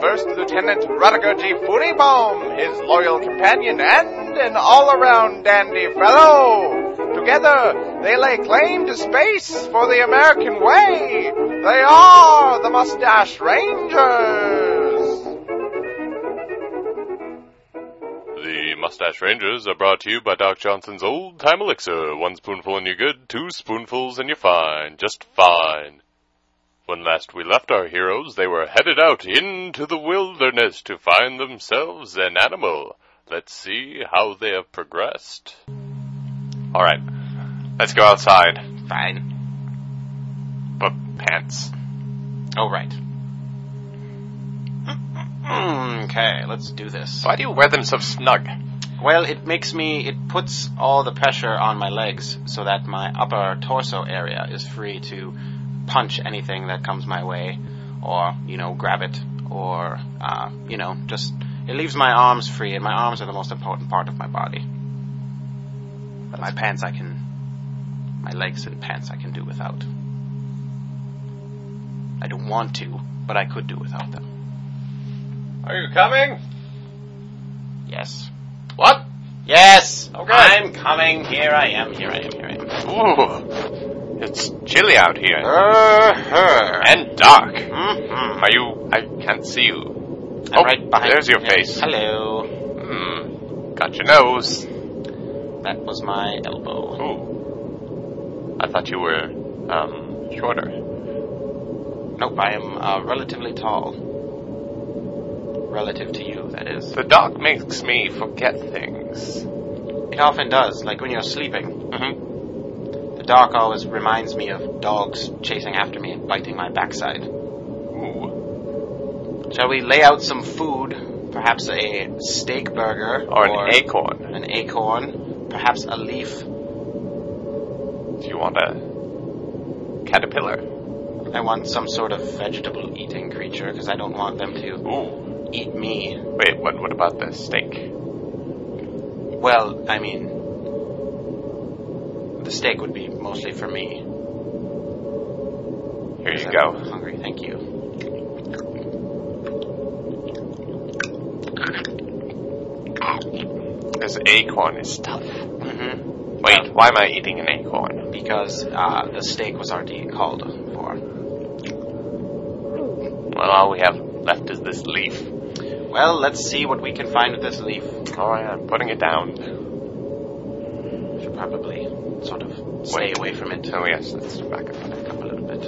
First Lieutenant Rutger G. Funibaum, his loyal companion and an all-around dandy fellow. Together, they lay claim to space for the American way. They are the Mustache Rangers. The Mustache Rangers are brought to you by Doc Johnson's Old Time Elixir. One spoonful and you're good, two spoonfuls and you're fine, just fine. When last we left our heroes, they were headed out into the wilderness to find themselves an animal. Let's see how they have progressed. Alright, let's go outside. Fine. But pants. Oh, right. Okay, let's do this. Why do you wear them so snug? Well, it makes me, it puts all the pressure on my legs so that my upper torso area is free to punch anything that comes my way, or, you know, grab it, or, uh, you know, just, it leaves my arms free, and my arms are the most important part of my body. But my pants I can, my legs and pants I can do without. I don't want to, but I could do without them. Are you coming? Yes. What? Yes! Okay. I'm coming. Here I am. Here I am. Here I am. Ooh, it's chilly out here. Uh-huh. And dark. Mhm. Are you? I can't see you. I'm Oh, right behind there's your yeah. face. Hello. Hmm. Got your nose. That was my elbow. Ooh. I thought you were um shorter. Nope, I am uh, relatively tall. Relative to you, that is. The dark makes me forget things. It often does, like when you're sleeping. Mm-hmm. The dark always reminds me of dogs chasing after me and biting my backside. Ooh. Shall we lay out some food? Perhaps a steak burger. Or an acorn. An acorn. Perhaps a leaf. Do you want a caterpillar? I want some sort of vegetable eating creature because I don't want them to Ooh. eat me. Wait. What? What about the steak? Well, I mean, the steak would be mostly for me. Here you I'm go. Hungry, thank you. This acorn is tough. hmm Wait. Why am I eating an acorn? Because uh, the steak was already called for. Well, all we have left is this leaf. Well, let's see what we can find with this leaf. All right, Oh, I'm putting it down. Should probably sort of stay Wait. away from it. Oh yes, let's back up. Back up a little bit.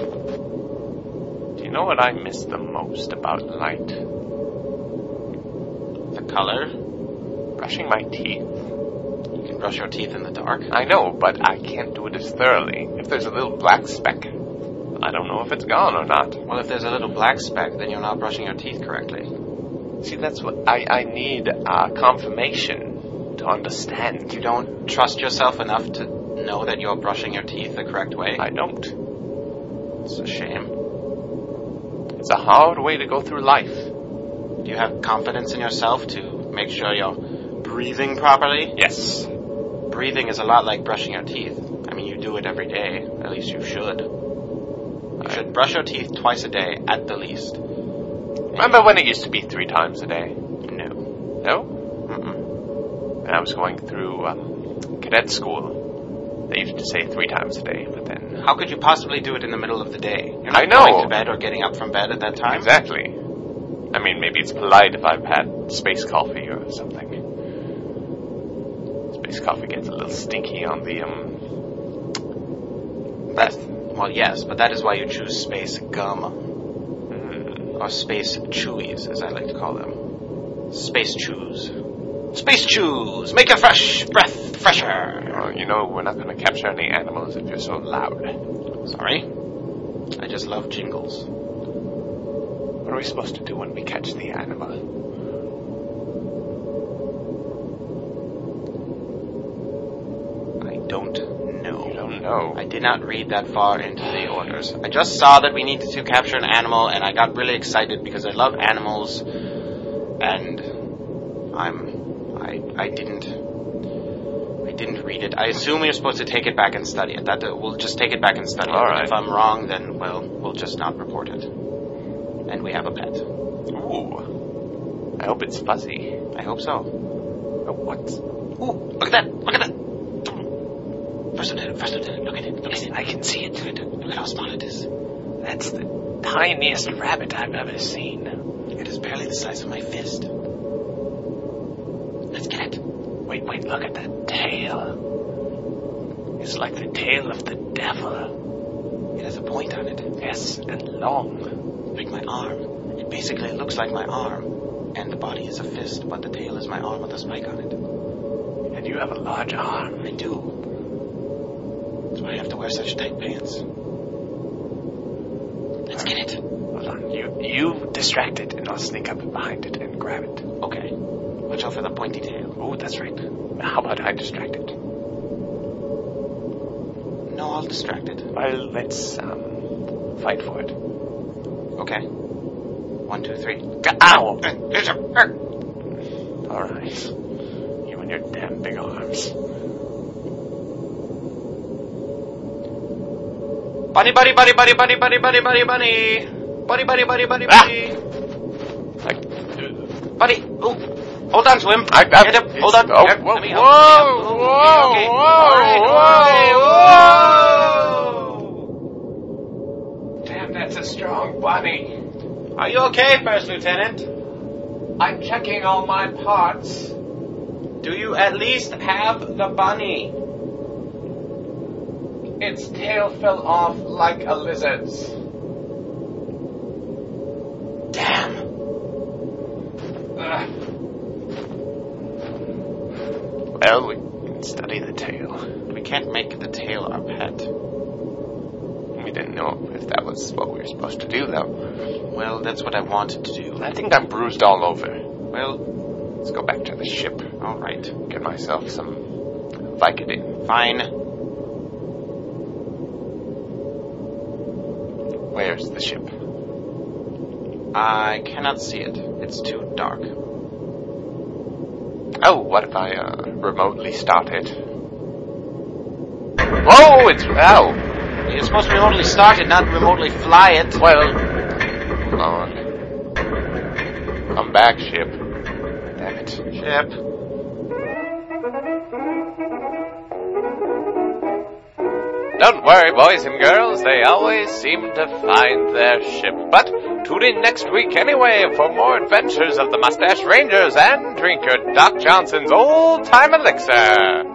Do you know what I miss the most about light? The color. Brushing my teeth. You can brush your teeth in the dark. I know, but I can't do it as thoroughly. If there's a little black speck, I don't know if it's gone or not. Well, if there's a little black speck, then you're not brushing your teeth correctly. See, that's what I I need uh, confirmation to understand. You don't trust yourself enough to know that you're brushing your teeth the correct way. I don't. It's a shame. It's a hard way to go through life. Do you have confidence in yourself to make sure you're breathing properly? Yes. Breathing is a lot like brushing your teeth. I mean, you do it every day. At least you should. You should brush your teeth twice a day at the least. Remember when it used to be three times a day? No. No. Mm-mm. when I was going through um, cadet school, they used to say three times a day, but then. How could you possibly do it in the middle of the day? You're I not know. going to bed or getting up from bed at that time. Exactly. I mean, maybe it's polite if I've had space coffee or something. Space coffee gets a little stinky on the, um. That's, well, yes, but that is why you choose space gum mm, or space chewies, as I like to call them. Space chews. Space chews. Make your fresh breath fresher. well, uh, you know, we're not going to capture any animals if you're so loud. Sorry. I just love jingles. All we supposed to do when we catch the animal? I don't know. Oh, You don't know. I did not read that far into the orders. I just saw that we needed to capture an animal, and I got really excited because I love animals, and I'm I I didn't I didn't read it. I assume you're supposed to take it back and study it. That uh, we'll just take it back and study All it. right. If I'm wrong, then well we'll just not report it. And we have a pet. Ooh. I hope it's fuzzy. I hope so. Oh, what's... Ooh, look at that! Look at that! First lieutenant, first lieutenant, look at it. Look at it. I can see it. Look at how small it is. That's the tiniest rabbit I've ever seen. It is barely the size of my fist. Let's get it. Wait, wait, look at that tail. It's like the tail of the devil. It has a point on it. Yes, and long. Like my arm. It basically looks like my arm. And the body is a fist, but the tail is my arm with a spike on it. And you have a large arm. I do. That's why I have to wear such tight pants. Let's get it. Hold on, you, you distract it, and I'll sneak up behind it and grab it. Okay. Watch out for the pointy tail. Oh, that's right. How about I distract it? No, I'll distract it. Well, let's, um, fight for it. Okay. One, two, three. Ow! There's a. er. Alright. You and your damn big arms. Bunny, bunny, bunny, bunny, bunny, bunny, bunny, bunny, bunny. Bunny, bunny, bunny, bunny, Ah! bunny. Like, uh, Buddy, ooh. hold on, Swim. I- I- Get up. it's- Hold on. oh, Here, whoa, let me help. let me help. whoa, Ooh, okay, okay. whoa, All right, whoa, whoa, damn, that's a strong bunny. whoa. Are you okay, First Lieutenant? I'm checking all my parts. Do you at least have the bunny? Its tail fell off like a lizard's. Damn. Ugh. Well, we, Study the tail. We can't make the tail our pet. we didn't know if that was what we were supposed to do, though. Well, that's what I wanted to do. I think I'm bruised all over. Well, Let's go back to the ship. alright. Get myself some Vicodin. Fine. Where's the ship? I cannot see it. It's too dark. Oh, what if I uh, remotely start it? Whoa! It's ow. You're supposed to remotely start it, not remotely fly it. Well, come on. Come back, ship. Damn it. Ship. Don't worry, boys and girls, they always seem to find their ship. But tune in next week anyway for more adventures of the Mustache Rangers and drink your Doc Johnson's old time elixir.